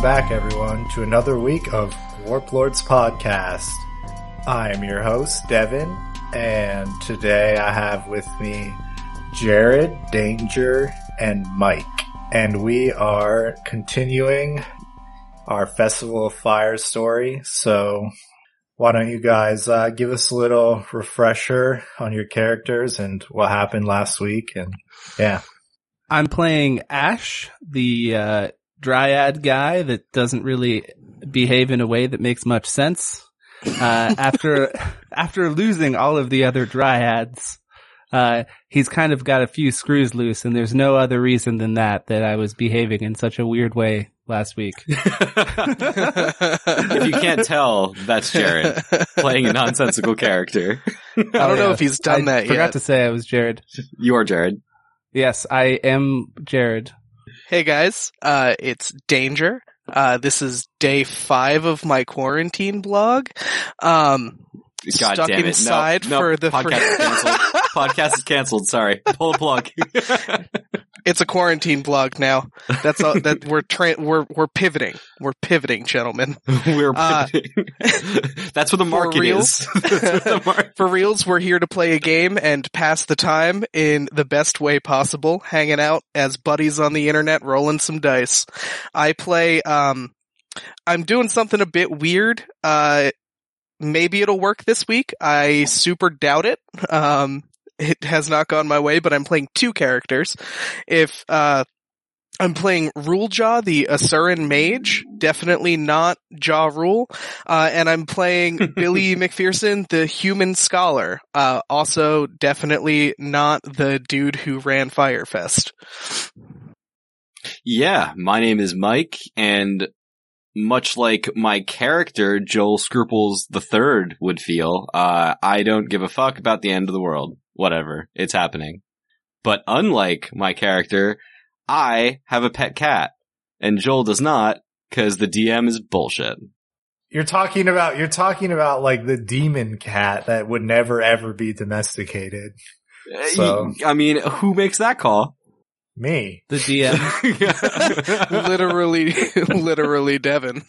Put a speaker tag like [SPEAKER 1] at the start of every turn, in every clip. [SPEAKER 1] back, everyone, to another week of Warp Lords Podcast. I am your host, Devin, and today I have with me Jared, Danger, and Mike. And we are continuing our Festival of Fire story. So why don't you guys uh, give us a little refresher on your characters and what happened last week? And yeah.
[SPEAKER 2] I'm playing Ash, the uh, dryad guy that doesn't really behave in a way that makes much sense. Uh, after after losing all of the other dryads, uh, he's kind of got a few screws loose, and there's no other reason than that that I was behaving in such a weird way last week.
[SPEAKER 3] if you can't tell, that's Jared playing a nonsensical character.
[SPEAKER 4] I don't know if he's done
[SPEAKER 2] Oh, I
[SPEAKER 4] that
[SPEAKER 2] forgot
[SPEAKER 4] yet.
[SPEAKER 2] to say I was Jared.
[SPEAKER 3] You are Jared.
[SPEAKER 2] Yes, I am Jared.
[SPEAKER 4] Hey guys, uh, it's Danger. Uh, this is day five of my quarantine blog. Um,
[SPEAKER 3] God
[SPEAKER 4] stuck
[SPEAKER 3] damn it!
[SPEAKER 4] inside
[SPEAKER 3] no, no,
[SPEAKER 4] for the
[SPEAKER 3] podcast is canceled. podcast is canceled. Sorry, pull the plug.
[SPEAKER 4] it's a quarantine blog now. That's all that we're tra- we're we're pivoting. We're pivoting, gentlemen.
[SPEAKER 3] We're
[SPEAKER 4] Uh,
[SPEAKER 3] pivoting. that's what the market
[SPEAKER 4] real?
[SPEAKER 3] is. That's what the mar-
[SPEAKER 4] For reals, we're here to play a game and pass the time in the best way possible, hanging out as buddies on the internet, rolling some dice. I play, um, I'm doing something a bit weird. Uh, maybe it'll work this week. I super doubt it. Um, it has not gone my way, but I'm playing two characters. If, uh, I'm playing Rulejaw, the Asuran mage. Definitely not Jaw Rule uh, and I'm playing Billy McPherson, the human scholar. Uh, also, definitely not the dude who ran Firefest.
[SPEAKER 3] yeah, my name is Mike, and much like my character Joel Scruples the Third would feel, uh, I don't give a fuck about the end of the world. Whatever, it's happening. But unlike my character, I have a pet cat, and Joel does not, because the DM is bullshit.
[SPEAKER 1] You're talking about, you're talking about like the demon cat that would never ever be domesticated. So-
[SPEAKER 3] Uh, I mean, who makes that call?
[SPEAKER 1] Me.
[SPEAKER 2] The DM.
[SPEAKER 4] literally, literally Devin.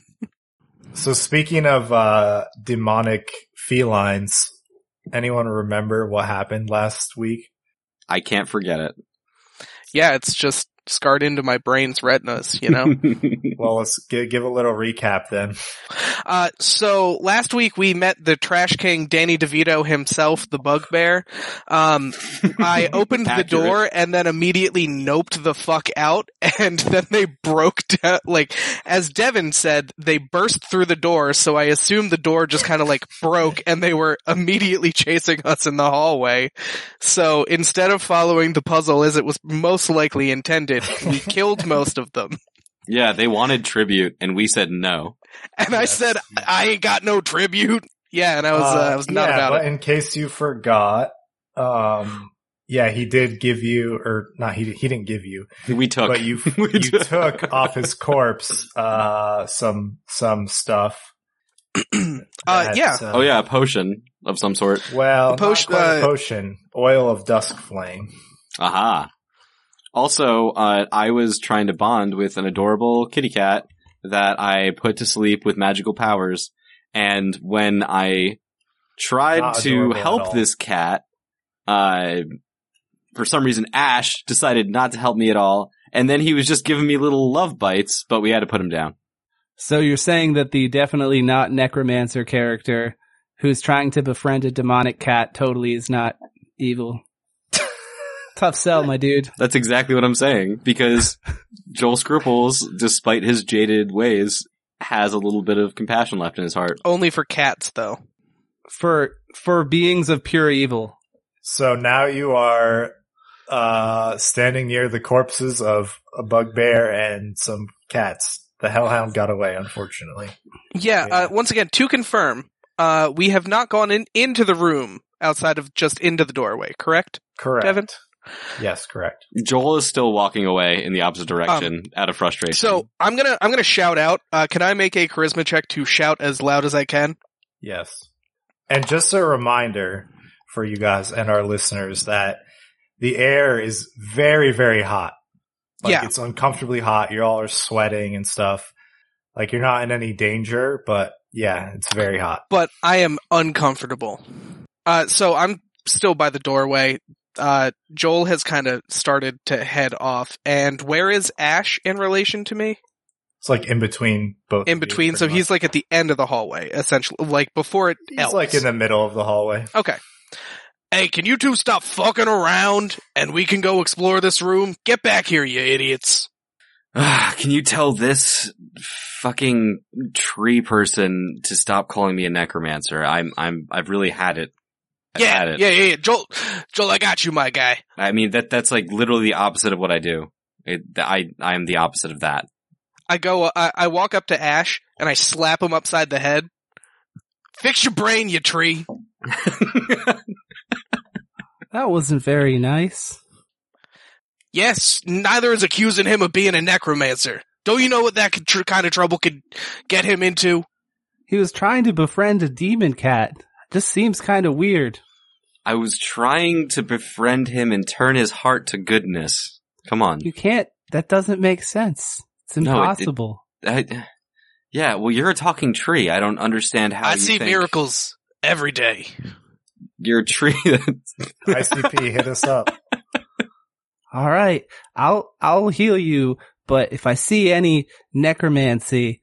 [SPEAKER 1] So speaking of uh demonic felines, anyone remember what happened last week?
[SPEAKER 3] I can't forget it.
[SPEAKER 4] Yeah, it's just scarred into my brain's retinas, you know?
[SPEAKER 1] Well, let's give, give a little recap then.
[SPEAKER 4] Uh, so last week we met the trash king Danny DeVito himself, the bugbear. Um, I opened the
[SPEAKER 3] Accurate.
[SPEAKER 4] door and then immediately noped the fuck out, and then they broke down. Like as Devin said, they burst through the door, so I assumed the door just kind of like broke, and they were immediately chasing us in the hallway. So instead of following the puzzle as it was most likely intended, we killed most of them.
[SPEAKER 3] yeah, they wanted tribute, and we said no.
[SPEAKER 4] And I
[SPEAKER 1] Yes.
[SPEAKER 4] said, I ain't got no tribute. Yeah, and I was, uh, I was not
[SPEAKER 1] yeah,
[SPEAKER 4] about
[SPEAKER 1] but
[SPEAKER 4] it.
[SPEAKER 1] in case you forgot, um yeah, he did give you or not he he didn't give you,
[SPEAKER 3] We took.
[SPEAKER 1] but you
[SPEAKER 3] We
[SPEAKER 1] you
[SPEAKER 3] took-
[SPEAKER 1] took off his corpse uh some some stuff.
[SPEAKER 4] Uh,
[SPEAKER 1] that,
[SPEAKER 4] yeah.
[SPEAKER 3] oh yeah, a potion of some sort.
[SPEAKER 1] Well, not
[SPEAKER 4] Potion-
[SPEAKER 1] quite a
[SPEAKER 4] uh,
[SPEAKER 1] potion, oil of dusk flame.
[SPEAKER 3] Aha. Also, uh, I was trying to bond with an adorable kitty cat that I put to sleep with magical powers, and when I tried
[SPEAKER 1] Not
[SPEAKER 3] to
[SPEAKER 1] adorable at all.
[SPEAKER 3] help this cat, uh, for some reason Ash decided not to help me at all, and then he was just giving me little love bites, but we had to put him down.
[SPEAKER 2] So you're saying that the definitely not necromancer character who's trying to befriend a demonic cat totally is not evil. Tough sell, my dude.
[SPEAKER 3] That's exactly what I'm saying, because Joel Scruples, despite his jaded ways, has a little bit of compassion left in his heart.
[SPEAKER 4] Only for cats, though.
[SPEAKER 2] For for beings of pure evil.
[SPEAKER 1] So now you are uh, standing near the corpses of a bugbear and some cats. The hellhound got away, unfortunately.
[SPEAKER 4] Yeah,
[SPEAKER 1] Yeah.
[SPEAKER 4] Uh, once again, to confirm, uh, we have not gone in into the room outside of just into the doorway, correct?
[SPEAKER 1] Correct.
[SPEAKER 4] Devin?
[SPEAKER 1] Yes, correct.
[SPEAKER 3] Joel is still walking away in the opposite direction out of frustration.
[SPEAKER 4] Um, So I'm gonna I'm gonna shout out. Uh, can I make a charisma check to shout as loud as I can?
[SPEAKER 1] Yes. And just a reminder for you guys and our listeners that the air is very, very hot. Like
[SPEAKER 4] Yeah.
[SPEAKER 1] it's uncomfortably hot. You all are sweating and stuff. Like you're not in any danger, but yeah, it's very hot.
[SPEAKER 4] but I am uncomfortable. Uh, so I'm still by the doorway. Uh, Joel has kind of started to head off. And where is Ash in relation to me?
[SPEAKER 1] It's like in between both.
[SPEAKER 4] In
[SPEAKER 1] of you,
[SPEAKER 4] between. So
[SPEAKER 1] pretty
[SPEAKER 4] he's
[SPEAKER 1] much.
[SPEAKER 4] like at the end of the hallway, essentially. Like before it
[SPEAKER 1] he's like in the middle of the hallway.
[SPEAKER 4] Okay. Hey, can you two stop fucking around and we can go explore this room? Get back here, you idiots.
[SPEAKER 3] Ah, Can you tell this fucking tree person to stop calling me a necromancer? I'm, I'm, I've really had it. I've had
[SPEAKER 4] Yeah,
[SPEAKER 3] it.
[SPEAKER 4] yeah, yeah, yeah. Joel, Joel, I got you, my guy.
[SPEAKER 3] I mean, that, that's like literally the opposite of what I do. It, I, I am the opposite of that.
[SPEAKER 4] I go, I, I walk up to Ash and I slap him upside the head. Fix your brain, you tree.
[SPEAKER 2] That wasn't very nice.
[SPEAKER 4] Yes, neither is accusing him of being a necromancer. Don't you know what that could tr- kind of trouble could get him into?
[SPEAKER 2] He was trying to befriend a demon cat. Just seems kind of weird.
[SPEAKER 3] I was trying to befriend him and turn his heart to goodness. Come on.
[SPEAKER 2] You can't. That doesn't make sense. It's
[SPEAKER 3] No, it- it-
[SPEAKER 2] impossible.
[SPEAKER 3] I, yeah, well, you're a talking tree. I don't understand how
[SPEAKER 4] I
[SPEAKER 3] you
[SPEAKER 4] see
[SPEAKER 3] think
[SPEAKER 4] miracles every day.
[SPEAKER 3] You're a tree. that-
[SPEAKER 1] ICP, hit us up.
[SPEAKER 2] All right, I'll I'll heal you, but if I see any necromancy,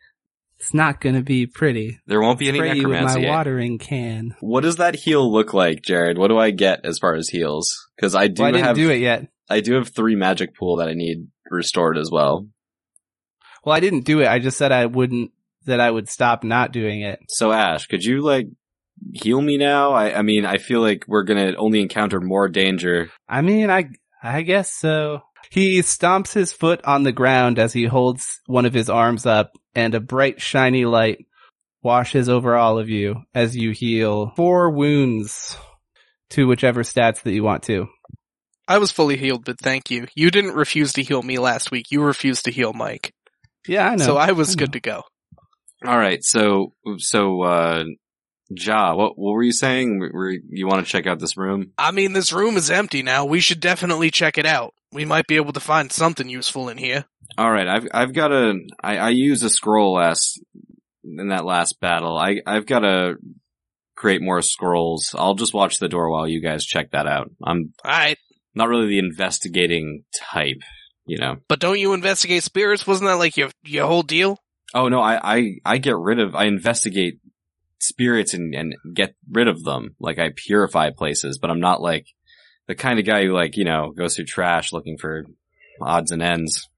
[SPEAKER 2] it's not going to be pretty.
[SPEAKER 3] there won't be any
[SPEAKER 2] Spray you with my
[SPEAKER 3] necromancy.
[SPEAKER 2] watering can.
[SPEAKER 3] What does that heal look like, Jared? What do I get as far as heals? Because I do
[SPEAKER 2] Well, I didn't
[SPEAKER 3] have
[SPEAKER 2] do it yet.
[SPEAKER 3] I do have three magic pool that I need restored as well.
[SPEAKER 2] Well, I didn't do it. I just said I wouldn't. That I would stop not doing it.
[SPEAKER 3] So Ash, could you like heal me now? I, I mean, I feel like we're gonna only encounter more danger.
[SPEAKER 2] I mean, I I guess so. He stomps his foot on the ground as he holds one of his arms up, and a bright shiny light washes over all of you as you heal four wounds to whichever stats that you want to.
[SPEAKER 4] I was fully healed, but thank you. You didn't refuse to heal me last week. You refused to heal Mike.
[SPEAKER 2] Yeah, I know.
[SPEAKER 4] so I was
[SPEAKER 2] I know.
[SPEAKER 4] good to go.
[SPEAKER 3] All right, so so uh, Ja, what what were you saying? Were- Were, you want to check out this room?
[SPEAKER 4] I mean, this room is empty now. We should definitely check it out. We might be able to find something useful in here.
[SPEAKER 3] All right, I've I've got a I, I used a scroll last in that last battle. I I've got to create more scrolls. I'll just watch the door while you guys check that out. I'm
[SPEAKER 4] Alright,
[SPEAKER 3] not really the investigating type, you know.
[SPEAKER 4] but don't you investigate spirits? Wasn't that like your, your whole deal?
[SPEAKER 3] Oh no, I, I, I get rid of, I investigate spirits and, and get rid of them. Like I purify places, but I'm not like the kind of guy who like, you know, goes through trash looking for odds and ends.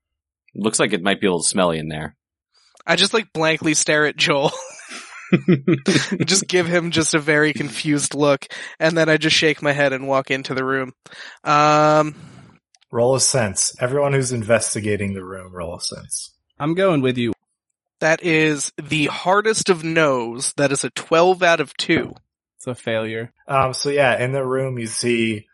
[SPEAKER 3] Looks like it might be a little smelly in there.
[SPEAKER 4] I just like blankly stare at Joel. just give him just a very confused look, and then I just shake my head and walk into the room. Um,
[SPEAKER 1] Roll a sense. Everyone who's investigating the room, roll a sense.
[SPEAKER 2] I'm going with you.
[SPEAKER 4] that is the hardest of no's. That is a twelve out of two.
[SPEAKER 2] It's a failure.
[SPEAKER 1] Um, so yeah, in the room you see,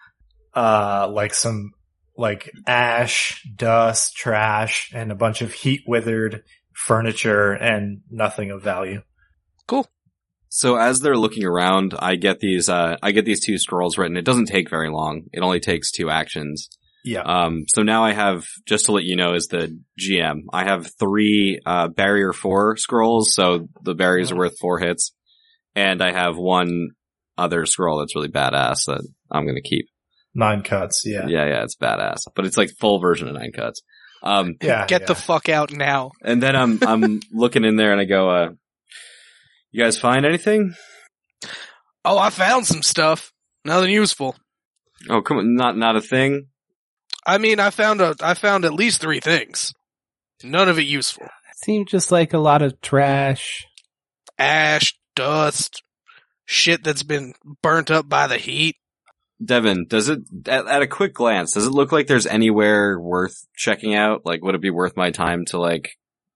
[SPEAKER 1] uh, like some, like ash, dust, trash, and a bunch of heat withered furniture and nothing of value.
[SPEAKER 3] So as they're looking around, I get these, uh, I get these two scrolls written. It doesn't take very long. It only takes two actions.
[SPEAKER 1] Yeah.
[SPEAKER 3] Um, so now I have, just to let you know, as the GM, I have three, uh, barrier four scrolls, so the barriers are worth four hits. And I have one other scroll that's really badass that I'm gonna keep.
[SPEAKER 1] Nine cuts.
[SPEAKER 3] Yeah,
[SPEAKER 1] Yeah.
[SPEAKER 3] yeah, it's badass. But it's like full version of nine cuts. Um,
[SPEAKER 1] Yeah.
[SPEAKER 4] Get the
[SPEAKER 1] yeah.
[SPEAKER 4] fuck out now.
[SPEAKER 3] and then I'm, I'm looking in there and I go, uh, you guys find anything?
[SPEAKER 4] Oh, I found some stuff. Nothing useful.
[SPEAKER 3] Oh, come on, not, not a thing.
[SPEAKER 4] I mean, I found a, I found at least three things. None of it useful.
[SPEAKER 2] It seemed just like a lot of trash.
[SPEAKER 4] Ash, dust, shit that's been burnt up by the heat.
[SPEAKER 3] Devin, does it, at, at a quick glance, does it look like there's anywhere worth checking out? Like, would it be worth my time to like,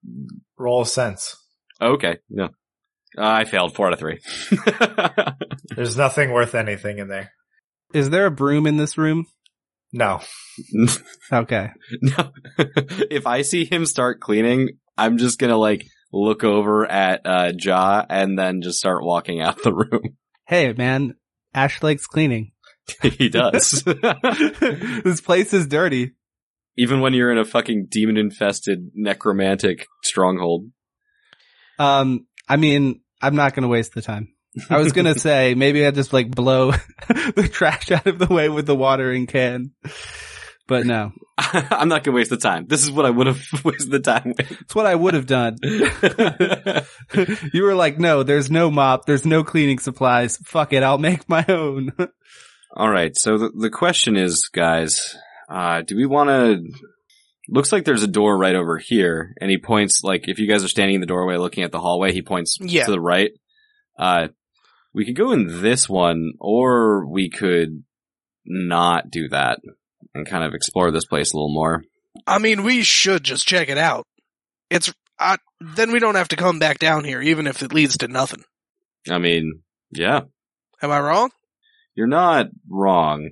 [SPEAKER 3] oh,
[SPEAKER 1] roll a sense.
[SPEAKER 3] Okay. No. Uh, I failed four out of three.
[SPEAKER 1] There's nothing worth anything in there.
[SPEAKER 2] Is there a broom in this room?
[SPEAKER 1] No.
[SPEAKER 2] Okay.
[SPEAKER 3] no. if I see him start cleaning, I'm just gonna like look over at uh Ja and then just start walking out the room.
[SPEAKER 2] Hey, man, Ash likes cleaning.
[SPEAKER 3] he does.
[SPEAKER 2] this place is dirty.
[SPEAKER 3] Even when you're in a fucking demon infested necromantic stronghold.
[SPEAKER 2] Um, I mean, I'm not going to waste the time. I was going to say maybe I just like blow the trash out of the way with the watering can, but no,
[SPEAKER 3] I'm not gonna waste the time. This is what I would have wasted the time
[SPEAKER 2] it's what I would have done.
[SPEAKER 3] with.
[SPEAKER 2] you were like, no, there's no mop. There's no cleaning supplies. Fuck it. I'll make my own.
[SPEAKER 3] All right. So the, the question is, guys, uh, do we want to? Looks like there's a door right over here, and he points. Like if you guys are standing in the doorway looking at the hallway, he points
[SPEAKER 4] Yeah.
[SPEAKER 3] to the right. Uh, we could go in this one, or we could not do that and kind of explore this place a little more.
[SPEAKER 4] I mean, we should just check it out. It's I, then we don't have to come back down here, even if it leads to nothing.
[SPEAKER 3] I mean, yeah,
[SPEAKER 4] Am I wrong?
[SPEAKER 3] you're not wrong.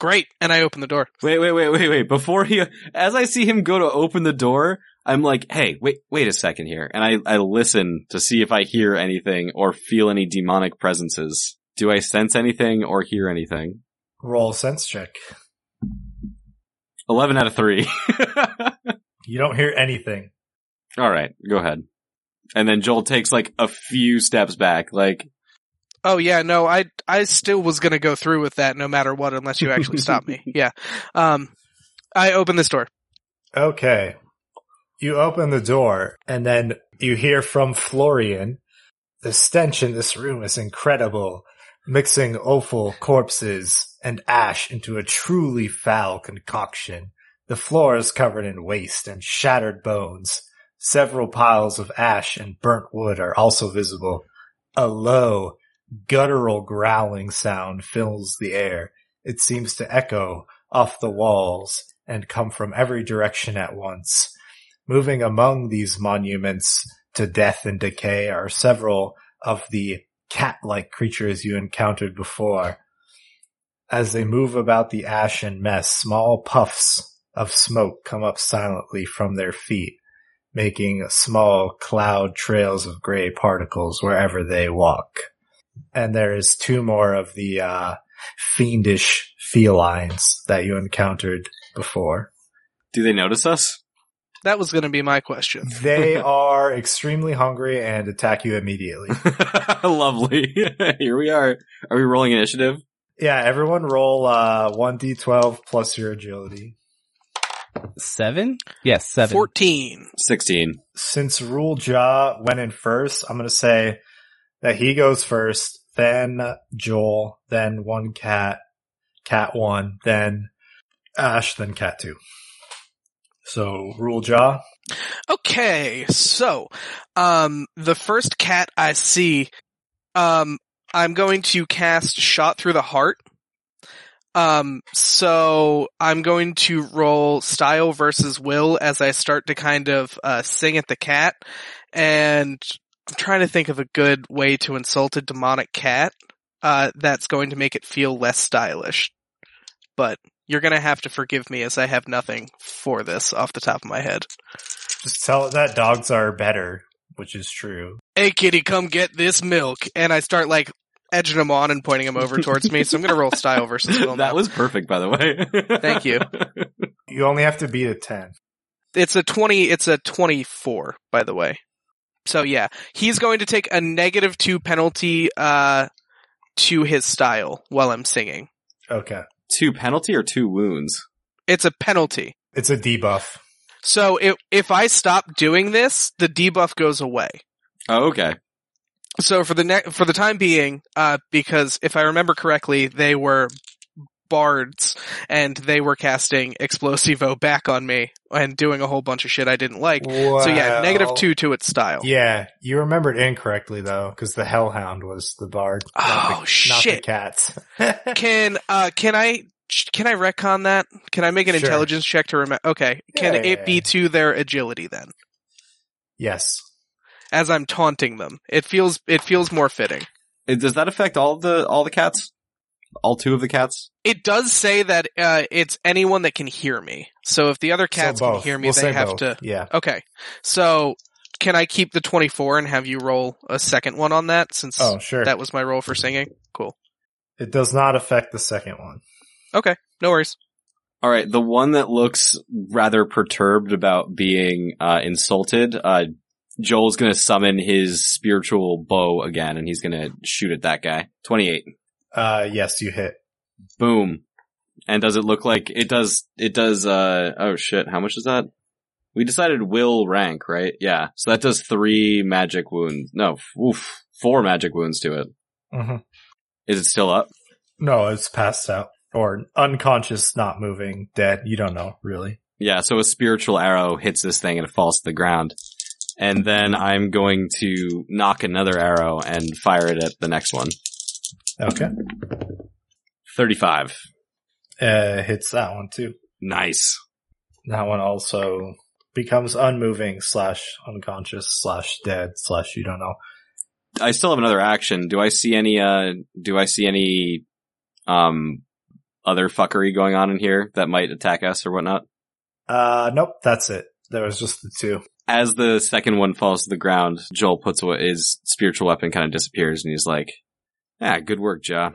[SPEAKER 4] Great. And I open the door.
[SPEAKER 3] Wait, wait, wait, wait, wait. Before he, as I see him go to open the door, I'm like, hey, wait, wait a second here. And I, I listen to see if I hear anything or feel any demonic presences. Do I sense anything or hear anything?
[SPEAKER 1] Roll sense check.
[SPEAKER 3] 11 out of 3.
[SPEAKER 1] You don't hear anything.
[SPEAKER 3] All right, go ahead. And then Joel takes like a few steps back, like,
[SPEAKER 4] Oh yeah, no, I I still was gonna go through with that no matter what, unless you actually stop me. Yeah. Um, I open this door.
[SPEAKER 1] Okay. You open the door and then you hear from Florian. The stench in this room is incredible, mixing offal, corpses, and ash into a truly foul concoction. The floor is covered in waste and shattered bones. Several piles of ash and burnt wood are also visible. A low, guttural growling sound fills the air. It seems to echo off the walls and come from every direction at once. Moving among these monuments to death and decay are several of the cat-like creatures you encountered before. As they move about the ash and mess, small puffs of smoke come up silently from their feet, making small cloud trails of gray particles wherever they walk. And there is two more of the, uh, fiendish felines that you encountered before.
[SPEAKER 3] do they notice us?
[SPEAKER 4] That was gonna be my question.
[SPEAKER 1] They are extremely hungry and attack you immediately.
[SPEAKER 3] Lovely. Here we are. Are we rolling initiative?
[SPEAKER 1] yeah, everyone roll uh 1d12 plus your agility.
[SPEAKER 2] Seven? Yes, seven.
[SPEAKER 4] Fourteen.
[SPEAKER 3] 16.
[SPEAKER 1] Since Rule Jaw went in first, I'm going to say that he goes first, then Joel, then one cat, cat one, then Ash, then cat two. So Rule Jaw,
[SPEAKER 4] Okay, so um the first cat I see um I'm going to cast shot through the heart. Um so I'm going to roll style versus will as I start to kind of uh sing at the cat and I'm trying to think of a good way to insult a demonic cat uh that's going to make it feel less stylish. But you're going to have to forgive me as I have nothing for this off the top of my head.
[SPEAKER 1] just tell it that dogs are better, which is true.
[SPEAKER 4] hey kitty, come get this milk. And I start like edging him on and pointing him over towards me. So I'm gonna roll style versus will.
[SPEAKER 3] that
[SPEAKER 4] now.
[SPEAKER 3] was perfect, by the way.
[SPEAKER 4] Thank you.
[SPEAKER 1] You only have to beat a 10.
[SPEAKER 4] It's a twenty. It's a twenty-four, by the way. So yeah, he's going to take a negative two penalty uh, to his style while I'm singing.
[SPEAKER 1] Okay.
[SPEAKER 3] Two penalty or two wounds?
[SPEAKER 4] It's a penalty.
[SPEAKER 1] It's a debuff.
[SPEAKER 4] So if if I stop doing this, the debuff goes away.
[SPEAKER 3] Oh, okay.
[SPEAKER 4] so for the ne- for the time being, uh, because if I remember correctly, they were bards and they were casting explosivo back on me and doing a whole bunch of shit I didn't like. So yeah, negative
[SPEAKER 1] Well-
[SPEAKER 4] two to its style.
[SPEAKER 1] Yeah, you remembered incorrectly though, because the Hellhound was the bard.
[SPEAKER 4] Oh,
[SPEAKER 1] not the, Not the
[SPEAKER 4] shit.
[SPEAKER 1] cats.
[SPEAKER 4] Can uh can I can I retcon that? Can I make an
[SPEAKER 1] Sure.
[SPEAKER 4] intelligence check to remember? Okay, can
[SPEAKER 1] Yeah, yeah,
[SPEAKER 4] it be
[SPEAKER 1] yeah.
[SPEAKER 4] to their agility then?
[SPEAKER 1] yes.
[SPEAKER 4] As I'm taunting them, it feels it feels more fitting.
[SPEAKER 3] Uh, Does that affect all the all the cats? All two of the cats?
[SPEAKER 4] It does say that uh, it's anyone that can hear me. So if the other cats
[SPEAKER 1] so
[SPEAKER 4] can
[SPEAKER 1] both.
[SPEAKER 4] hear me,
[SPEAKER 1] We'll
[SPEAKER 4] they
[SPEAKER 1] say
[SPEAKER 4] have
[SPEAKER 1] both.
[SPEAKER 4] to.
[SPEAKER 1] Yeah.
[SPEAKER 4] Okay. So can I keep the 24 and have you roll a second one on that since
[SPEAKER 1] Oh, sure.
[SPEAKER 4] that was my roll for singing? Cool.
[SPEAKER 1] it does not affect the second one.
[SPEAKER 4] No worries.
[SPEAKER 3] All right, the one that looks rather perturbed about being uh, insulted uh, Joel's gonna summon his spiritual bow again and he's gonna shoot at that guy. 28.
[SPEAKER 1] Uh, yes, you hit.
[SPEAKER 3] Boom. And does it look like it does, it does, uh, oh shit, how much is that? We decided will rank, right? Yeah. So that does three magic wounds. No, oof, four magic wounds to it.
[SPEAKER 1] hmm
[SPEAKER 3] Is it still up?
[SPEAKER 1] No, it's passed out or unconscious, not moving, dead. You don't know really.
[SPEAKER 3] Yeah, so a spiritual arrow hits this thing and it falls to the ground. And then I'm going to knock another arrow and fire it at the next one.
[SPEAKER 1] Okay,
[SPEAKER 3] 35.
[SPEAKER 1] uh, hits that one too.
[SPEAKER 3] Nice.
[SPEAKER 1] That one also becomes unmoving slash unconscious slash dead slash you don't know.
[SPEAKER 3] I still have another action. Do I see any, uh, do I see any, um, other fuckery going on in here that might attack us or whatnot?
[SPEAKER 1] Uh, nope, that's it. There was just the two.
[SPEAKER 3] As the second one falls to the ground, Joel puts away his spiritual weapon kind of disappears and he's like, ah, good work, Ja.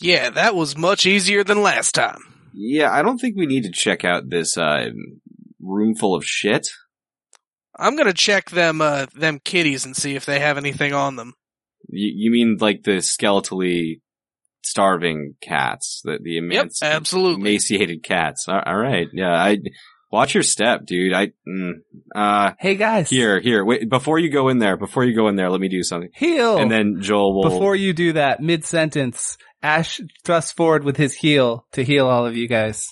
[SPEAKER 4] Yeah, that was much easier than last time.
[SPEAKER 3] Yeah, I don't think we need to check out this, uh, room full of shit.
[SPEAKER 4] I'm gonna check them uh them kitties and see if they have anything on them.
[SPEAKER 3] You, you mean like the skeletally starving cats, the the immense
[SPEAKER 4] yep, absolutely.
[SPEAKER 3] emaciated cats? All, all right, yeah. I watch your step, dude. I mm, uh
[SPEAKER 2] Hey guys,
[SPEAKER 3] here here wait before you go in there. Before you go in there, let me do something,
[SPEAKER 2] heal.
[SPEAKER 3] and then Joel will.
[SPEAKER 2] Oh, before you do that, mid sentence, Ash thrusts forward with his heel to heal all of you guys.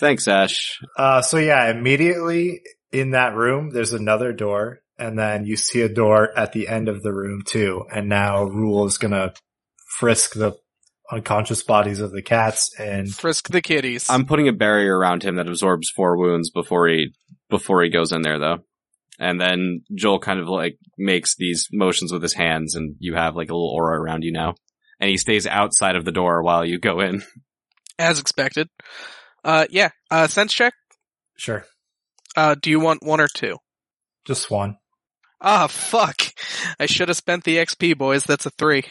[SPEAKER 3] thanks, Ash.
[SPEAKER 1] Uh, so yeah, immediately in that room, there's another door, and then you see a door at the end of the room too. And now Rule is gonna frisk the unconscious bodies of the cats, and
[SPEAKER 4] Frisk the kitties.
[SPEAKER 3] I'm putting a barrier around him that absorbs four wounds before he before he goes in there though. And then Joel kind of like makes these motions with his hands and you have like a little aura around you now. And he stays outside of the door while you go in.
[SPEAKER 4] as expected. Uh yeah. Uh sense check.
[SPEAKER 1] sure,
[SPEAKER 4] Uh do you want one or two?
[SPEAKER 1] just one.
[SPEAKER 4] Ah fuck. I should have spent the XP boys, that's a three.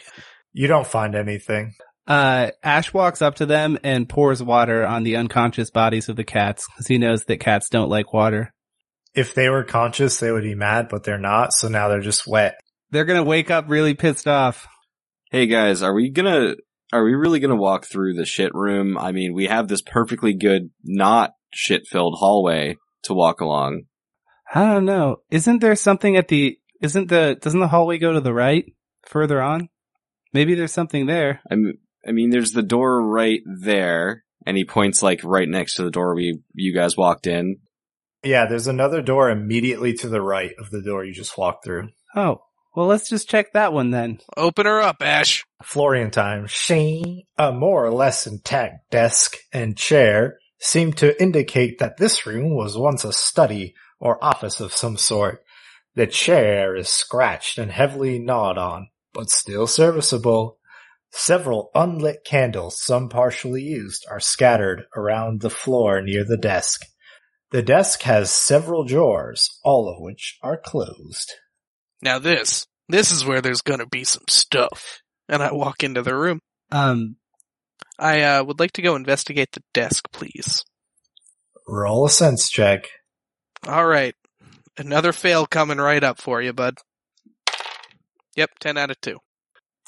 [SPEAKER 1] You don't find anything.
[SPEAKER 2] Uh, Ash walks up to them and pours water on the unconscious bodies of the cats because he knows that cats don't like water.
[SPEAKER 1] If they were conscious, they would be mad, but they're not. So now they're just wet.
[SPEAKER 2] They're gonna wake up really pissed off.
[SPEAKER 3] Hey guys, are we gonna are we really gonna walk through the shit room? I mean, we have this perfectly good not shit filled hallway to walk along.
[SPEAKER 2] I don't know. Isn't there something at the? Isn't the? Doesn't the hallway go to the right further on? Maybe there's something there.
[SPEAKER 3] I mean, I mean, there's the door right there, and he points like right next to the door we you guys walked in.
[SPEAKER 1] Yeah, there's another door immediately to the right of the door you just walked through.
[SPEAKER 2] Oh, well, let's just check that one then.
[SPEAKER 4] Open her up, Ash.
[SPEAKER 1] Florian time. Sheen, a more or less intact desk and chair seem to indicate that this room was once a study or office of some sort. The chair is scratched and heavily gnawed on, but still serviceable. Several unlit candles, some partially used, are scattered around the floor near the desk. The desk has several drawers, all of which are closed.
[SPEAKER 4] Now this. This is where there's gonna be some stuff. And I walk into the room.
[SPEAKER 2] Um,
[SPEAKER 4] I uh would like to go investigate the desk, please.
[SPEAKER 1] Roll a sense check.
[SPEAKER 4] All right. Another fail coming right up for you, bud. Yep, 10 out of 2.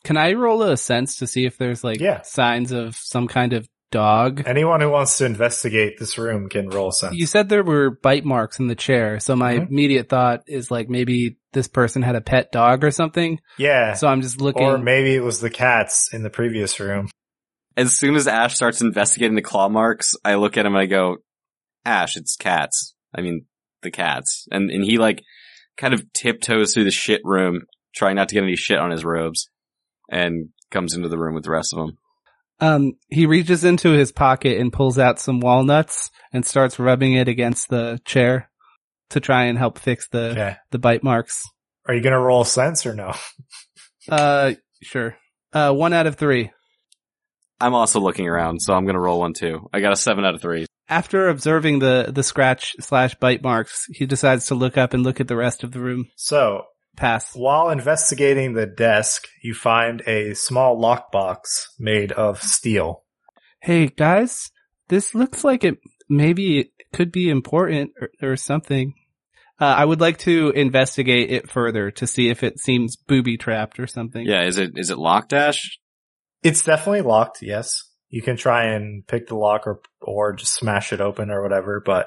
[SPEAKER 2] can I roll a sense to see if there's like
[SPEAKER 1] Yeah.
[SPEAKER 2] signs of some kind of dog?
[SPEAKER 1] Anyone who wants to investigate this room can roll sense.
[SPEAKER 2] You said there were bite marks in the chair, so my
[SPEAKER 1] Mhm.
[SPEAKER 2] immediate thought is like maybe this person had a pet dog or something.
[SPEAKER 1] yeah.
[SPEAKER 2] So I'm just looking.
[SPEAKER 1] or maybe it was the cats in the previous room.
[SPEAKER 3] As soon as Ash starts investigating the claw marks, I look at him and I go, Ash, it's cats. I mean, the cats. And, and he like kind of tiptoes through the shit room, trying not to get any shit on his robes and comes into the room with the rest of them.
[SPEAKER 2] um, he reaches into his pocket and pulls out some walnuts and starts rubbing it against the chair to try and help fix the
[SPEAKER 1] Okay.
[SPEAKER 2] the bite marks.
[SPEAKER 1] Are you going to roll sense or no?
[SPEAKER 2] Uh, sure. Uh, one out of three.
[SPEAKER 3] I'm also looking around, so I'm going to roll one too. I got a seven out of three.
[SPEAKER 2] After observing the the scratch slash bite marks, he decides to look up and look at the rest of the room.
[SPEAKER 1] So,
[SPEAKER 2] Pass.
[SPEAKER 1] while investigating the desk, you find a small lockbox made of steel.
[SPEAKER 2] Hey guys, this looks like it maybe it could be important or, or something. Uh, I would like to investigate it further to see if it seems booby trapped or something.
[SPEAKER 3] Yeah, is it is it Lockdash?
[SPEAKER 1] It's definitely locked, yes. You can try and pick the lock or, or just smash it open or whatever, but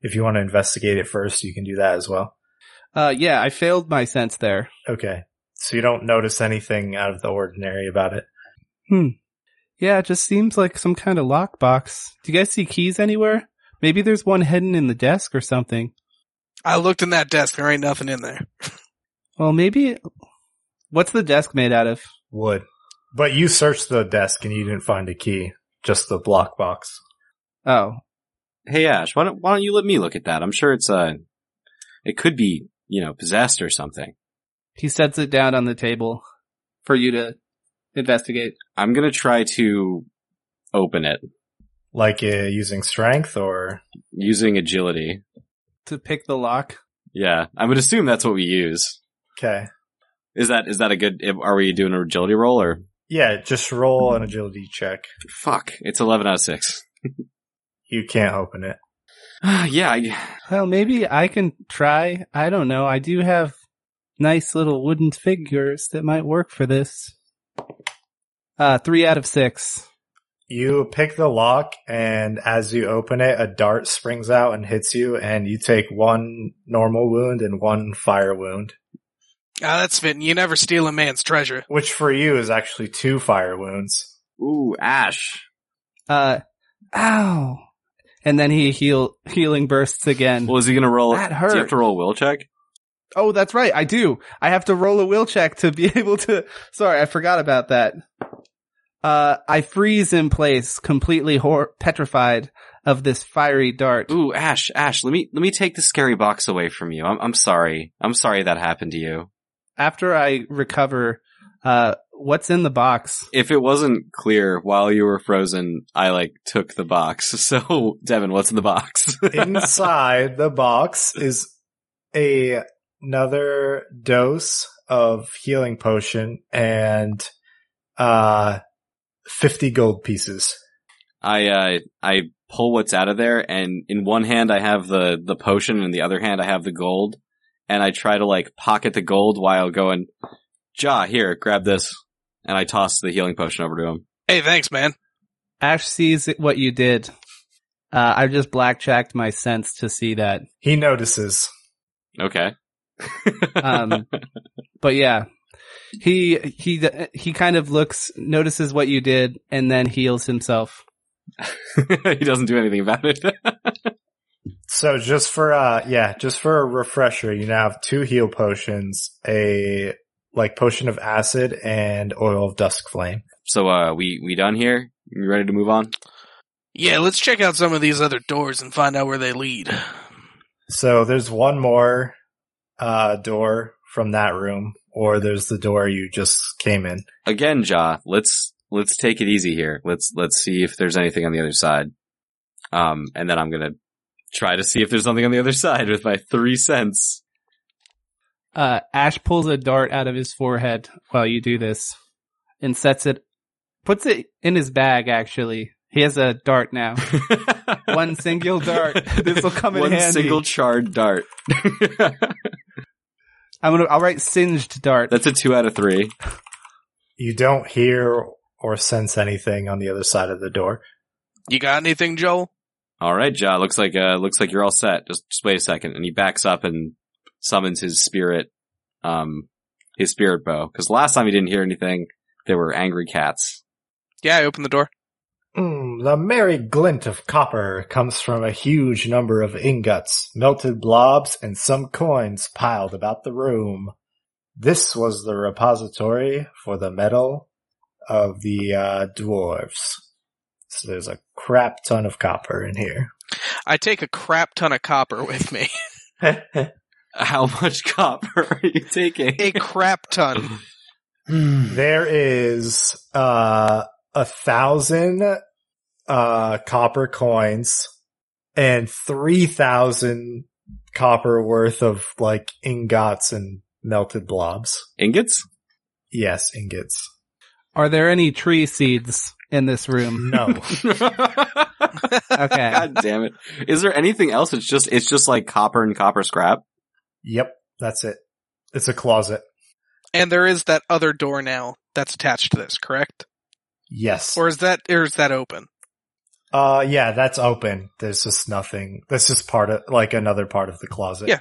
[SPEAKER 1] if you want to investigate it first, you can do that as well.
[SPEAKER 2] Uh, yeah, I failed my sense there.
[SPEAKER 1] Okay. So you don't notice anything out of the ordinary about it.
[SPEAKER 2] Yeah, it just seems like some kind of lockbox. Do you guys see keys anywhere? Maybe there's one hidden in the desk or something.
[SPEAKER 4] I looked in that desk. There ain't nothing in there.
[SPEAKER 2] Well, maybe. What's the desk made out of?
[SPEAKER 1] Would. But you searched the desk and you didn't find a key, just the block box.
[SPEAKER 2] Oh,
[SPEAKER 3] Hey Ash, why don't why don't you let me look at that? I'm sure it's uh it could be, you know, possessed or something.
[SPEAKER 2] he sets it down on the table for you to investigate.
[SPEAKER 3] I'm gonna try to open it
[SPEAKER 1] Like uh, using strength or
[SPEAKER 3] using agility.
[SPEAKER 2] To pick the lock.
[SPEAKER 3] Yeah. I would assume that's what we use.
[SPEAKER 1] okay.
[SPEAKER 3] Is that is that a good are we doing an agility roll or
[SPEAKER 1] Yeah, just roll an agility check.
[SPEAKER 3] fuck. It's eleven out of six.
[SPEAKER 1] You can't open it.
[SPEAKER 3] yeah, I,
[SPEAKER 2] Well, maybe I can try. I don't know. I do have nice little wooden figures that might work for this. Uh, three out of six.
[SPEAKER 1] You pick the lock and as you open it, a dart springs out and hits you and you take one normal wound and one fire wound,
[SPEAKER 4] Ah, that's fitting. You never steal a man's treasure.
[SPEAKER 1] which for you is actually two fire wounds.
[SPEAKER 3] Ooh, Ash.
[SPEAKER 2] Uh, ow. And then he heal, healing bursts again.
[SPEAKER 3] Well, is he gonna roll?
[SPEAKER 2] That
[SPEAKER 3] Do you
[SPEAKER 2] hurt.
[SPEAKER 3] have to roll a will check?
[SPEAKER 2] Oh, that's right. I do. I have to roll a will check to be able to. Sorry, I forgot about that. Uh, I freeze in place, completely hor- petrified of this fiery dart.
[SPEAKER 3] Ooh, Ash, Ash, let me let me take the scary box away from you. I'm I'm sorry. I'm sorry that happened to you.
[SPEAKER 2] After I recover, uh, what's in the box?
[SPEAKER 3] If it wasn't clear while you were frozen, I like took the box. So, Devin, what's in the box?
[SPEAKER 1] Inside the box is a, another dose of healing potion and, uh, 50 gold pieces.
[SPEAKER 3] I uh I pull what's out of there and in one hand I have the the potion and in the other hand I have the gold and I try to like pocket the gold while going, "Ja, here, grab this." And I toss the healing potion over to him.
[SPEAKER 4] Hey, thanks, man.
[SPEAKER 2] Ash sees what you did. Uh, I just blackjacked my sense to see that.
[SPEAKER 1] He notices.
[SPEAKER 3] Okay.
[SPEAKER 2] Um, but yeah, he, he, he kind of looks, notices what you did and then heals himself.
[SPEAKER 3] he doesn't do anything about it.
[SPEAKER 1] So just for uh yeah, just for a refresher, you now have two heal potions, a like potion of acid and oil of dusk flame.
[SPEAKER 3] So uh we we done here? You ready to move on?
[SPEAKER 4] Yeah, let's check out some of these other doors and find out where they lead.
[SPEAKER 1] So there's one more uh door from that room, or there's the door you just came in.
[SPEAKER 3] Again, Ja, let's let's take it easy here. Let's let's see if there's anything on the other side. Um and then I'm gonna try to see if there's something on the other side with my three cents.
[SPEAKER 2] Uh, Ash pulls a dart out of his forehead while you do this and sets it, puts it in his bag, actually. He has a dart now. One single dart. This will come in
[SPEAKER 3] One
[SPEAKER 2] handy.
[SPEAKER 3] single charred dart.
[SPEAKER 2] I'm gonna, I'll write singed dart.
[SPEAKER 3] That's a two out of three.
[SPEAKER 1] You don't hear or sense anything on the other side of the door.
[SPEAKER 4] You got anything, Joel?
[SPEAKER 3] All right, Ja. Looks like uh, looks like you're all set. Just, just wait a second, and he backs up and summons his spirit, um, his spirit bow. Because last time he didn't hear anything. There were angry cats.
[SPEAKER 4] Yeah, I opened the door.
[SPEAKER 1] Mm, the merry glint of copper comes from a huge number of ingots, melted blobs, and some coins piled about the room. This was the repository for the metal of the uh, dwarves. So there's a crap ton of copper in here.
[SPEAKER 4] I take a crap ton of copper with me.
[SPEAKER 3] How much copper are you taking?
[SPEAKER 4] a crap ton. Hmm.
[SPEAKER 1] There is uh, a thousand uh, copper coins and three thousand copper worth of like ingots and melted blobs.
[SPEAKER 3] Ingots?
[SPEAKER 1] Yes, ingots.
[SPEAKER 2] Are there any tree seeds in this room?
[SPEAKER 1] No,
[SPEAKER 2] Okay.
[SPEAKER 3] God damn it! Is there anything else? It's just it's just like copper and copper scrap.
[SPEAKER 1] Yep, that's it. It's a closet.
[SPEAKER 4] And there is that other door now that's attached to this, correct?
[SPEAKER 1] Yes.
[SPEAKER 4] Or is that or is that open?
[SPEAKER 1] Uh, yeah, that's open. There's just nothing. That's just part of like another part of the closet.
[SPEAKER 4] Yeah.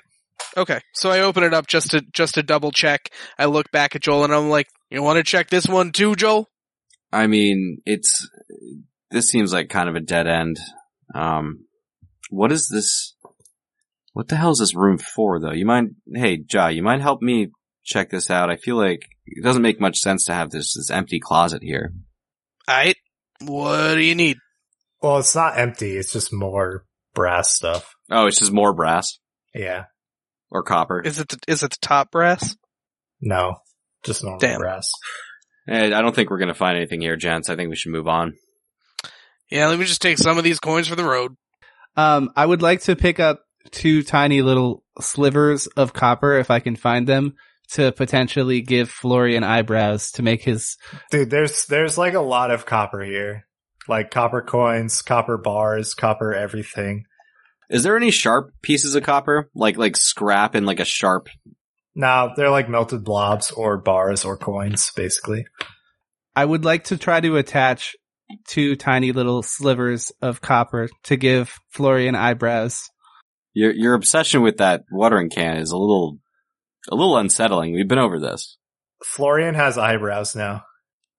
[SPEAKER 4] Okay, so I open it up just to just to double check. I look back at Joel and I'm like, "You want to check this one too, Joel?"
[SPEAKER 3] I mean, it's this seems like kind of a dead end. Um, what is this? What the hell is this room for, though? You mind? Hey, Ja, you mind help me check this out? I feel like it doesn't make much sense to have this this empty closet here.
[SPEAKER 4] All right, what do you need?
[SPEAKER 1] Well, it's not empty. It's just more brass stuff.
[SPEAKER 3] Oh, it's just more brass
[SPEAKER 1] Yeah.
[SPEAKER 3] or copper.
[SPEAKER 4] Is it the, is it the top brass?
[SPEAKER 1] No, just normal
[SPEAKER 4] Damn.
[SPEAKER 1] brass.
[SPEAKER 3] Eh, I don't think we're gonna find anything here, gents. I think we should move on.
[SPEAKER 4] Yeah, let me just take some of these coins from the road.
[SPEAKER 2] Um, I would like to pick up two tiny little slivers of copper if I can find them to potentially give Florian eyebrows to make his.
[SPEAKER 1] Dude, there's there's like a lot of copper here. Like copper coins, copper bars, copper everything.
[SPEAKER 3] Is there any sharp pieces of copper, like like scrap and like a sharp?
[SPEAKER 1] Now, they're like melted blobs or bars or coins basically.
[SPEAKER 2] I would like to try to attach two tiny little slivers of copper to give Florian eyebrows.
[SPEAKER 3] Your your obsession with that watering can is a little a little unsettling. We've been over this.
[SPEAKER 1] Florian has eyebrows now.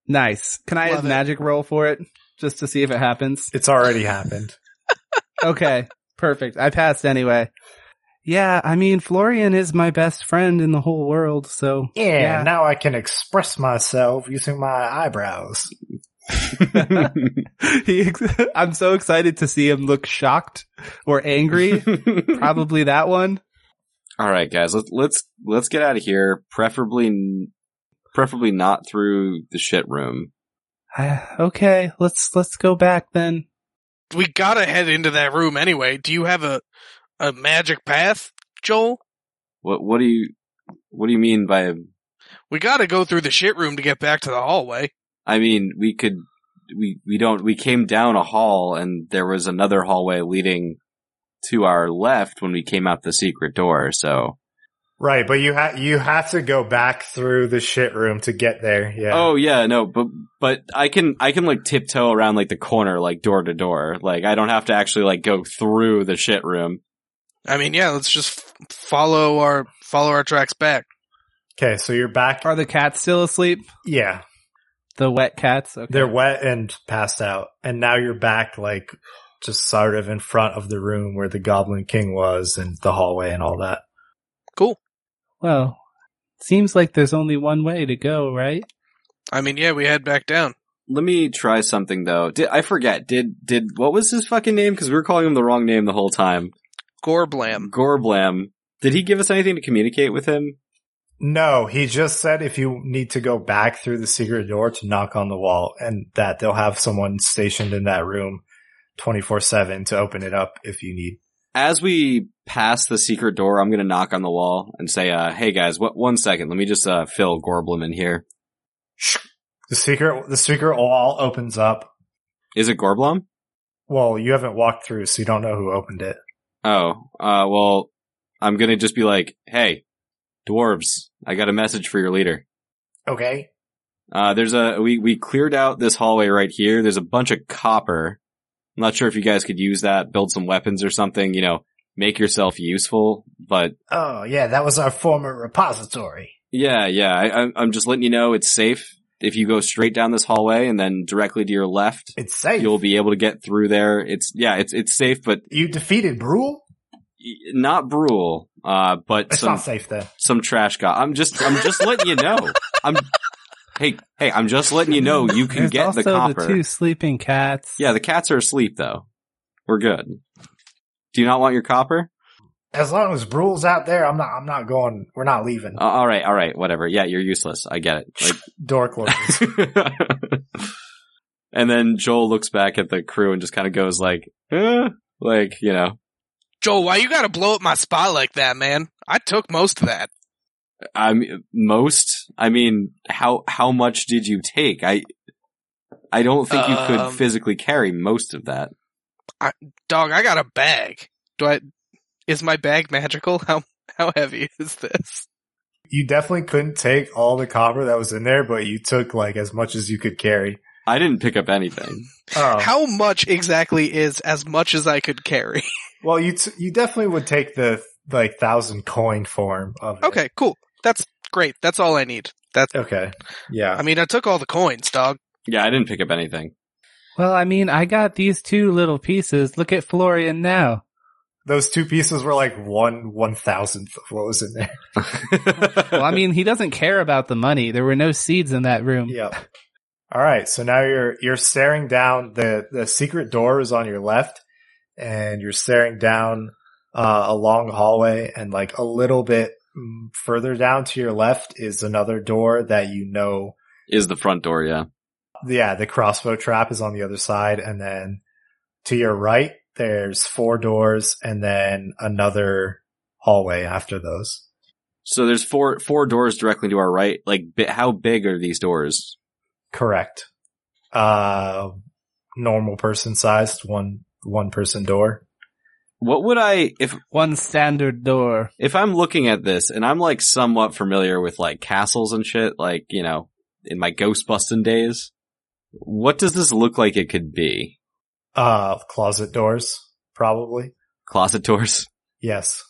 [SPEAKER 2] Nice. Can I
[SPEAKER 4] Love
[SPEAKER 2] have
[SPEAKER 4] it.
[SPEAKER 2] magic roll for it just to see if it happens?
[SPEAKER 1] It's already happened.
[SPEAKER 2] okay, perfect. I passed anyway. Yeah, I mean, Florian is my best friend in the whole world, so
[SPEAKER 1] Yeah,
[SPEAKER 2] Yeah.
[SPEAKER 1] now I can express myself using my eyebrows.
[SPEAKER 2] he ex- I'm so excited to see him look shocked or angry. Probably that one.
[SPEAKER 3] All right, guys, let's let's let's get out of here. Preferably, preferably not through the shit room.
[SPEAKER 2] Ah, okay, let's let's go back then.
[SPEAKER 4] We gotta head into that room anyway. Do you have a a magic path, Joel?
[SPEAKER 3] What what do you what do you mean by?
[SPEAKER 4] We gotta go through the shit room to get back to the hallway.
[SPEAKER 3] I mean, we could we we don't we came down a hall and there was another hallway leading to our left when we came out the secret door. So
[SPEAKER 1] Right, but you ha- you have to go back through the shit room to get there. Yeah.
[SPEAKER 3] oh yeah, no, but but I can I can like tiptoe around like the corner like door to door. Like I don't have to actually like go through the shit room.
[SPEAKER 4] I mean, yeah, let's just f- follow our follow our tracks back.
[SPEAKER 1] Okay, so you're back.
[SPEAKER 2] Are the cats still asleep?
[SPEAKER 1] Yeah,
[SPEAKER 2] The wet cats. Okay.
[SPEAKER 1] they're wet and passed out, and now you're back, like just sort of in front of the room where the Goblin King was, and the hallway and all that.
[SPEAKER 4] Cool.
[SPEAKER 2] well, seems like there's only one way to go, right?
[SPEAKER 4] I mean, yeah, we head back down.
[SPEAKER 3] Let me try something though. Did I forget? Did did what was his fucking name? Because we were calling him the wrong name the whole time.
[SPEAKER 4] Gorblam.
[SPEAKER 3] Gorblam. Did he give us anything to communicate with him?
[SPEAKER 1] No, he just said if you need to go back through the secret door to knock on the wall, and that they'll have someone stationed in that room, twenty four seven, to open it up if you need.
[SPEAKER 3] As we pass the secret door, I'm gonna knock on the wall and say, uh, "Hey guys, what? One second. Let me just uh, fill Gorblam in here.
[SPEAKER 1] The secret the secret wall opens up.
[SPEAKER 3] Is it Gorblam?
[SPEAKER 1] Well, you haven't walked through, so you don't know who opened it.
[SPEAKER 3] Oh, uh, well, I'm gonna just be like, "Hey, dwarves, I got a message for your leader."
[SPEAKER 1] Okay.
[SPEAKER 3] Uh, there's a we we cleared out this hallway right here. There's a bunch of copper. I'm not sure if you guys could use that, build some weapons or something. You know, make yourself useful. But
[SPEAKER 1] Oh, yeah, that was our former repository.
[SPEAKER 3] yeah, yeah, I, I'm- I'm just letting you know it's safe. If you go straight down this hallway and then directly to your left,
[SPEAKER 1] It's safe.
[SPEAKER 3] you'll be able to get through there. It's yeah, it's it's safe, but
[SPEAKER 1] you defeated Brule?
[SPEAKER 3] y- not Brule, uh, but
[SPEAKER 1] It's
[SPEAKER 3] some
[SPEAKER 1] not safe then.
[SPEAKER 3] some trash guy. I'm just I'm just letting you know. I'm hey hey, I'm just letting you know you can
[SPEAKER 2] there's
[SPEAKER 3] get
[SPEAKER 2] also
[SPEAKER 3] the copper.
[SPEAKER 2] two sleeping cats.
[SPEAKER 3] Yeah, the cats are asleep though. We're good. Do you not want your copper?
[SPEAKER 1] As long as Brule's out there, I'm not I'm not going we're not leaving.
[SPEAKER 3] Uh, all right, all right, whatever. Yeah, you're useless. I get it.
[SPEAKER 1] Door closes.
[SPEAKER 3] Like, and then Joel looks back at the crew and just kind of goes like, eh, like you know,
[SPEAKER 4] Joel, why you gotta blow up my spot like that, man? I took most of that.
[SPEAKER 3] I'm most. I mean, how how much did you take? I I don't think you could
[SPEAKER 4] Um,
[SPEAKER 3] physically carry most of that.
[SPEAKER 4] Dog, I got a bag. Do I? Is my bag magical? How How heavy is this?
[SPEAKER 1] You definitely couldn't take all the copper that was in there, but you took like as much as you could carry.
[SPEAKER 3] I didn't pick up anything.
[SPEAKER 1] Oh,
[SPEAKER 4] How much exactly is as much as I could carry?
[SPEAKER 1] well, you t- you definitely would take the like thousand coin form of it.
[SPEAKER 4] Okay, cool. That's great. That's all I need. That's.
[SPEAKER 1] Okay. Yeah.
[SPEAKER 4] I mean, I took all the coins, dog.
[SPEAKER 3] Yeah, I didn't pick up anything.
[SPEAKER 2] Well, I mean, I got these two little pieces. Look at Florian now.
[SPEAKER 1] Those two pieces were like one one thousandth of what was in there.
[SPEAKER 2] Well, I mean, he doesn't care about the money. There were no seeds in that room.
[SPEAKER 1] Yep. All right. So now you're you're staring down the the secret door is on your left, and you're staring down uh, a long hallway, and like a little bit mm, further down to your left is another door that you know.
[SPEAKER 3] Is the front door? Yeah.
[SPEAKER 1] Yeah, the crossbow trap is on the other side, and then to your right there's four doors, and then another hallway after those.
[SPEAKER 3] So there's four four doors directly to our right. Like, bi- how big are these doors?
[SPEAKER 1] Correct. Uh, normal person sized one one person door.
[SPEAKER 3] What would I if
[SPEAKER 2] One standard door.
[SPEAKER 3] if I'm looking at this and I'm like somewhat familiar with like castles and shit, like you know, in my ghost busting days? What does this look like? It could be
[SPEAKER 1] Uh, closet doors, probably.
[SPEAKER 3] closet doors.
[SPEAKER 1] Yes.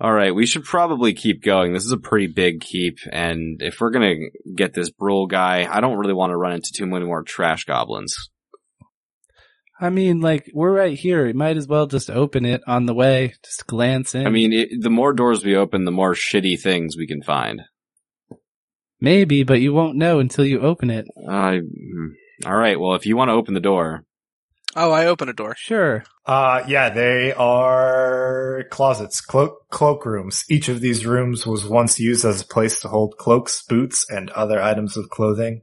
[SPEAKER 3] All right, we should probably keep going. This is a pretty big keep, and if we're gonna get this Brule guy, I don't really want to run into too many more trash goblins.
[SPEAKER 2] I mean, like, we're right here. We might as well just open it on the way. Just glance in.
[SPEAKER 3] I mean, it, the more doors we open, the more shitty things we can find.
[SPEAKER 2] maybe, but you won't know until you open it.
[SPEAKER 3] I. mm. all right, well, if you want to open the door,
[SPEAKER 4] Oh, I open a door.
[SPEAKER 2] Sure.
[SPEAKER 1] Uh, yeah, they are closets, cloak, cloak rooms. Each of these rooms was once used as a place to hold cloaks, boots, and other items of clothing.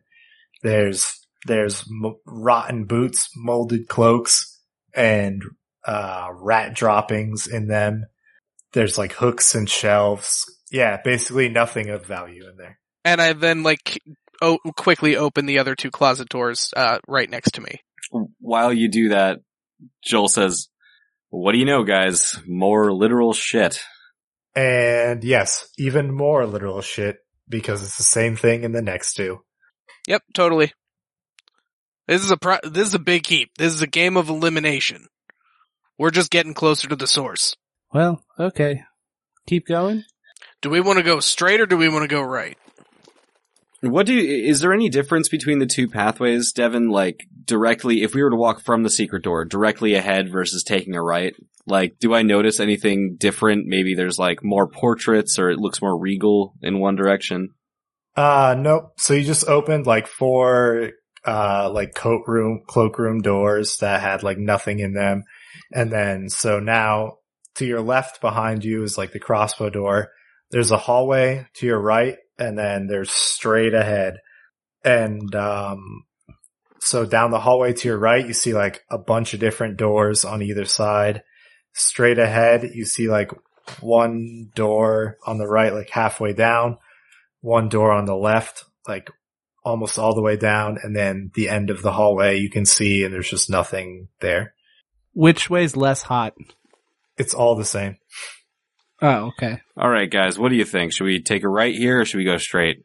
[SPEAKER 1] There's, there's m- rotten boots, molded cloaks, and, uh, rat droppings in them. There's like hooks and shelves. Yeah, basically nothing of value in there.
[SPEAKER 4] And I then like oh, quickly open the other two closet doors uh, right next to me.
[SPEAKER 3] while you do that, Joel says, "What do you know, guys? More literal shit."
[SPEAKER 1] And yes, even more literal shit because it's the same thing in the next two.
[SPEAKER 4] Yep, totally. This is a pro- this is a big keep. This is a game of elimination. We're just getting closer to the source.
[SPEAKER 2] Well, okay. Keep going.
[SPEAKER 4] Do we want to go straight or do we want to go right?
[SPEAKER 3] What do you, is there any difference between the two pathways, Devin? Like directly, if we were to walk from the secret door directly ahead versus taking a right, like do I notice anything different? Maybe there's like more portraits, or it looks more regal in one direction.
[SPEAKER 1] Uh, nope. So you just opened like four, uh, like coat room, cloakroom doors that had like nothing in them. And then, so now to your left behind you is like the crossbow door. There's a hallway to your right and then there's straight ahead. And, um, so down the hallway to your right, you see like a bunch of different doors on either side. Straight ahead, you see like one door on the right, like halfway down one door on the left, like almost all the way down, and then the end of the hallway you can see and there's just nothing there.
[SPEAKER 2] Which way's less hot?
[SPEAKER 1] It's all the same.
[SPEAKER 2] Oh, okay.
[SPEAKER 3] All right, guys, what do you think? Should we take a right here, or should we go straight?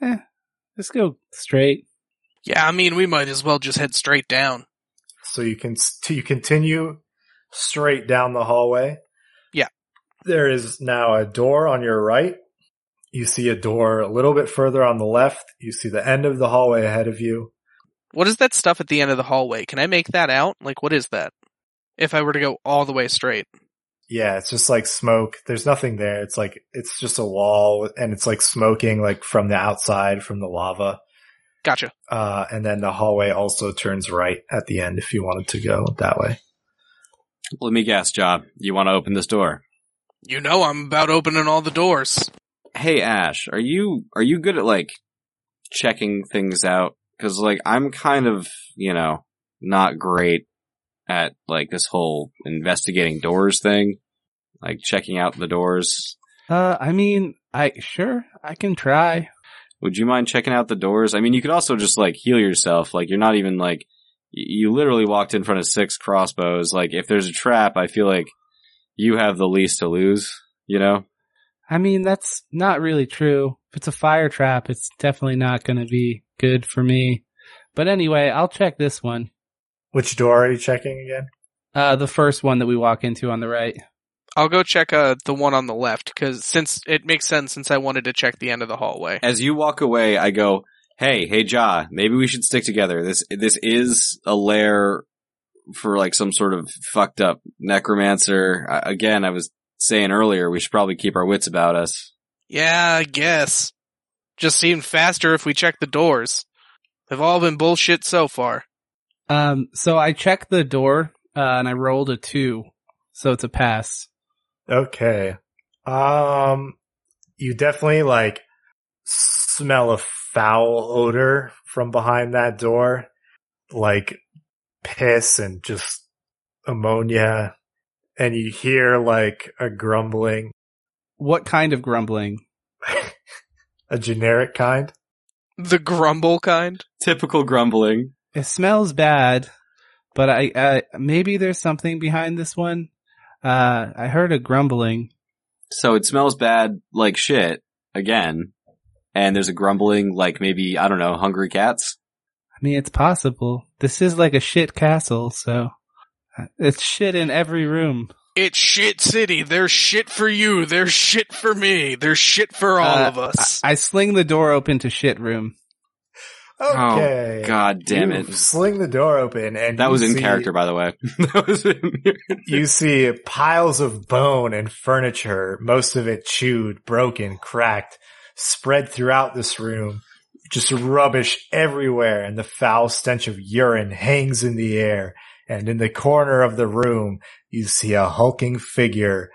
[SPEAKER 2] Let's go straight.
[SPEAKER 4] Yeah, I mean we might as well just head straight down.
[SPEAKER 1] So you can t- you continue straight down the hallway.
[SPEAKER 4] Yeah.
[SPEAKER 1] There is now a door on your right. You see a door a little bit further on the left. You see the end of the hallway ahead of you.
[SPEAKER 4] What is that stuff at the end of the hallway? Can I make that out? Like what is that? If I were to go all the way straight.
[SPEAKER 1] Yeah, it's just like smoke. There's nothing there. It's like it's just a wall and it's like smoking like from the outside from the lava.
[SPEAKER 4] Gotcha.
[SPEAKER 1] Uh, and then the hallway also turns right at the end if you wanted to go that way.
[SPEAKER 3] Let me guess, Job. You want to open this door?
[SPEAKER 4] You know I'm about opening all the doors.
[SPEAKER 3] hey Ash, are you are you good at like checking things out? Because like I'm kind of you know not great at like this whole investigating doors thing, like checking out the doors.
[SPEAKER 2] Uh, I mean, I, sure, I can try.
[SPEAKER 3] Would you mind checking out the doors? I mean, you could also just like heal yourself. Like you're not even like y- you literally walked in front of six crossbows. Like if there's a trap, I feel like you have the least to lose. You know?
[SPEAKER 2] I mean, that's not really true. If it's a fire trap, it's definitely not going to be good for me. But anyway, I'll check this one.
[SPEAKER 1] Which door are you checking again?
[SPEAKER 2] Uh, the first one that we walk into on the right.
[SPEAKER 4] I'll go check uh, the one on the left because since it makes sense since I wanted to check the end of the hallway.
[SPEAKER 3] As you walk away, I go, "Hey, hey, Ja, maybe we should stick together. This this is a lair for like some sort of fucked up necromancer." I, again, I was saying earlier, we should probably keep our wits about us.
[SPEAKER 4] Yeah, I guess. Just seemed faster if we check the doors. They've all been bullshit so far.
[SPEAKER 2] Um, so I checked the door, uh, and I rolled a two. So it's a pass.
[SPEAKER 1] Okay. Um, you definitely like smell a foul odor from behind that door, like piss and just ammonia. And you hear like a grumbling,
[SPEAKER 2] What kind of grumbling?
[SPEAKER 1] a generic kind.
[SPEAKER 4] The grumble kind.
[SPEAKER 3] Typical grumbling.
[SPEAKER 2] It smells bad, but I, I maybe there's something behind this one. Uh, I heard a grumbling.
[SPEAKER 3] So it smells bad like shit again, and there's a grumbling like maybe I don't know, hungry cats.
[SPEAKER 2] I mean, it's possible. This is like a shit castle, so uh, it's shit in every room.
[SPEAKER 4] It's shit city. There's shit for you. There's shit for me. There's shit for all
[SPEAKER 2] Uh,
[SPEAKER 4] of us.
[SPEAKER 2] I sling the door open to shit room.
[SPEAKER 1] Okay.
[SPEAKER 3] Oh, God damn
[SPEAKER 1] You
[SPEAKER 3] it!
[SPEAKER 1] Sling the door open and
[SPEAKER 3] That
[SPEAKER 1] you
[SPEAKER 3] was in
[SPEAKER 1] see-
[SPEAKER 3] character, by the way. that was in
[SPEAKER 1] You see piles of bone and furniture, most of it chewed, broken, cracked, spread throughout this room. Just rubbish everywhere and the foul stench of urine hangs in the air. And in the corner of the room, you see a hulking figure,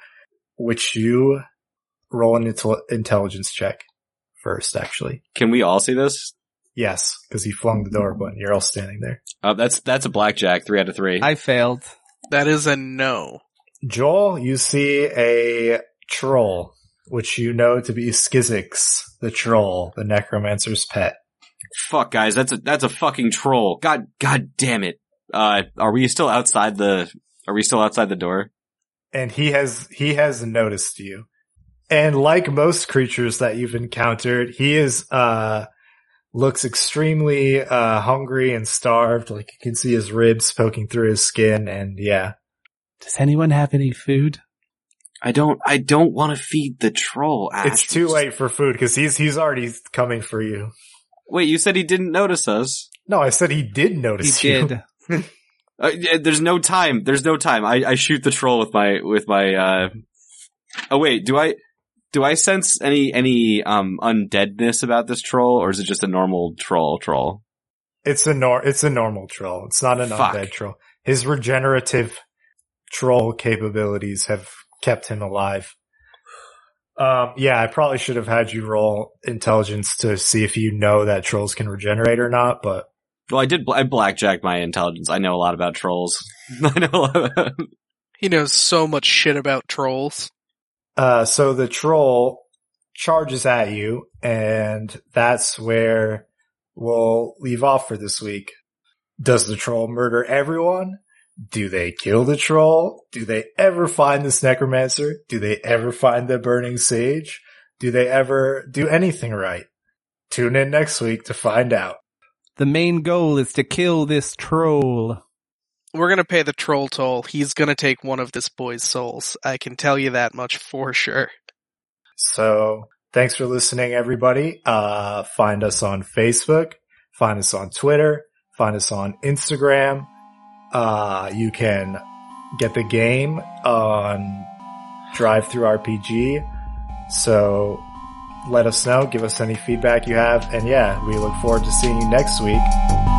[SPEAKER 1] which you roll an intel- intelligence check first, actually.
[SPEAKER 3] Can we all see this?
[SPEAKER 1] Yes, because he flung the door open. You're all standing there.
[SPEAKER 3] Uh, that's that's a blackjack, three out of three.
[SPEAKER 2] I failed.
[SPEAKER 4] that is a no.
[SPEAKER 1] Joel, you see a troll, which you know to be Skizix, the troll, the necromancer's pet.
[SPEAKER 3] Fuck, guys, that's a that's a fucking troll. God, god damn it. Uh, are we still outside the? Are we still outside the door?
[SPEAKER 1] And he has, he has noticed you. And like most creatures that you've encountered, he is, uh, looks extremely, uh, hungry and starved. Like you can see his ribs poking through his skin. And yeah,
[SPEAKER 2] Does anyone have any food?
[SPEAKER 3] I don't. I don't want to feed the troll.
[SPEAKER 2] Ah,
[SPEAKER 3] Ash.
[SPEAKER 1] it's too late for food because he's, he's already coming for you.
[SPEAKER 3] Wait, you said he didn't notice us.
[SPEAKER 1] No, I said he did
[SPEAKER 2] He
[SPEAKER 1] notice you.
[SPEAKER 2] did.
[SPEAKER 3] Uh, yeah, there's no time. There's no time. I, I shoot the troll with my with my. uh Oh wait, do I do I sense any any um undeadness about this troll, or is it just a normal troll troll?
[SPEAKER 1] It's a nor- it's a normal troll. It's not an
[SPEAKER 3] Fuck.
[SPEAKER 1] undead troll. His regenerative troll capabilities have kept him alive. Um, yeah, I probably should have had you roll intelligence to see if you know that trolls can regenerate or not, but
[SPEAKER 3] Well, I did. Bl- I blackjack my intelligence. I know a lot about trolls. I know a lot about
[SPEAKER 4] He knows so much shit about trolls.
[SPEAKER 1] Uh, so the troll charges at you, and that's where we'll leave off for this week. Does the troll murder everyone? Do they kill the troll? Do they ever find this necromancer? Do they ever find the burning sage? Do they ever do anything right? Tune in next week to find out.
[SPEAKER 2] The main goal is to kill this troll.
[SPEAKER 4] We're gonna pay the troll toll. He's gonna take one of this boy's souls. I can tell you that much for sure.
[SPEAKER 1] So thanks for listening, everybody. Uh, find us on Facebook, find us on Twitter, find us on Instagram. Uh, you can get the game on Drive Through RPG. So let us know, give us any feedback you have, and yeah, we look forward to seeing you next week.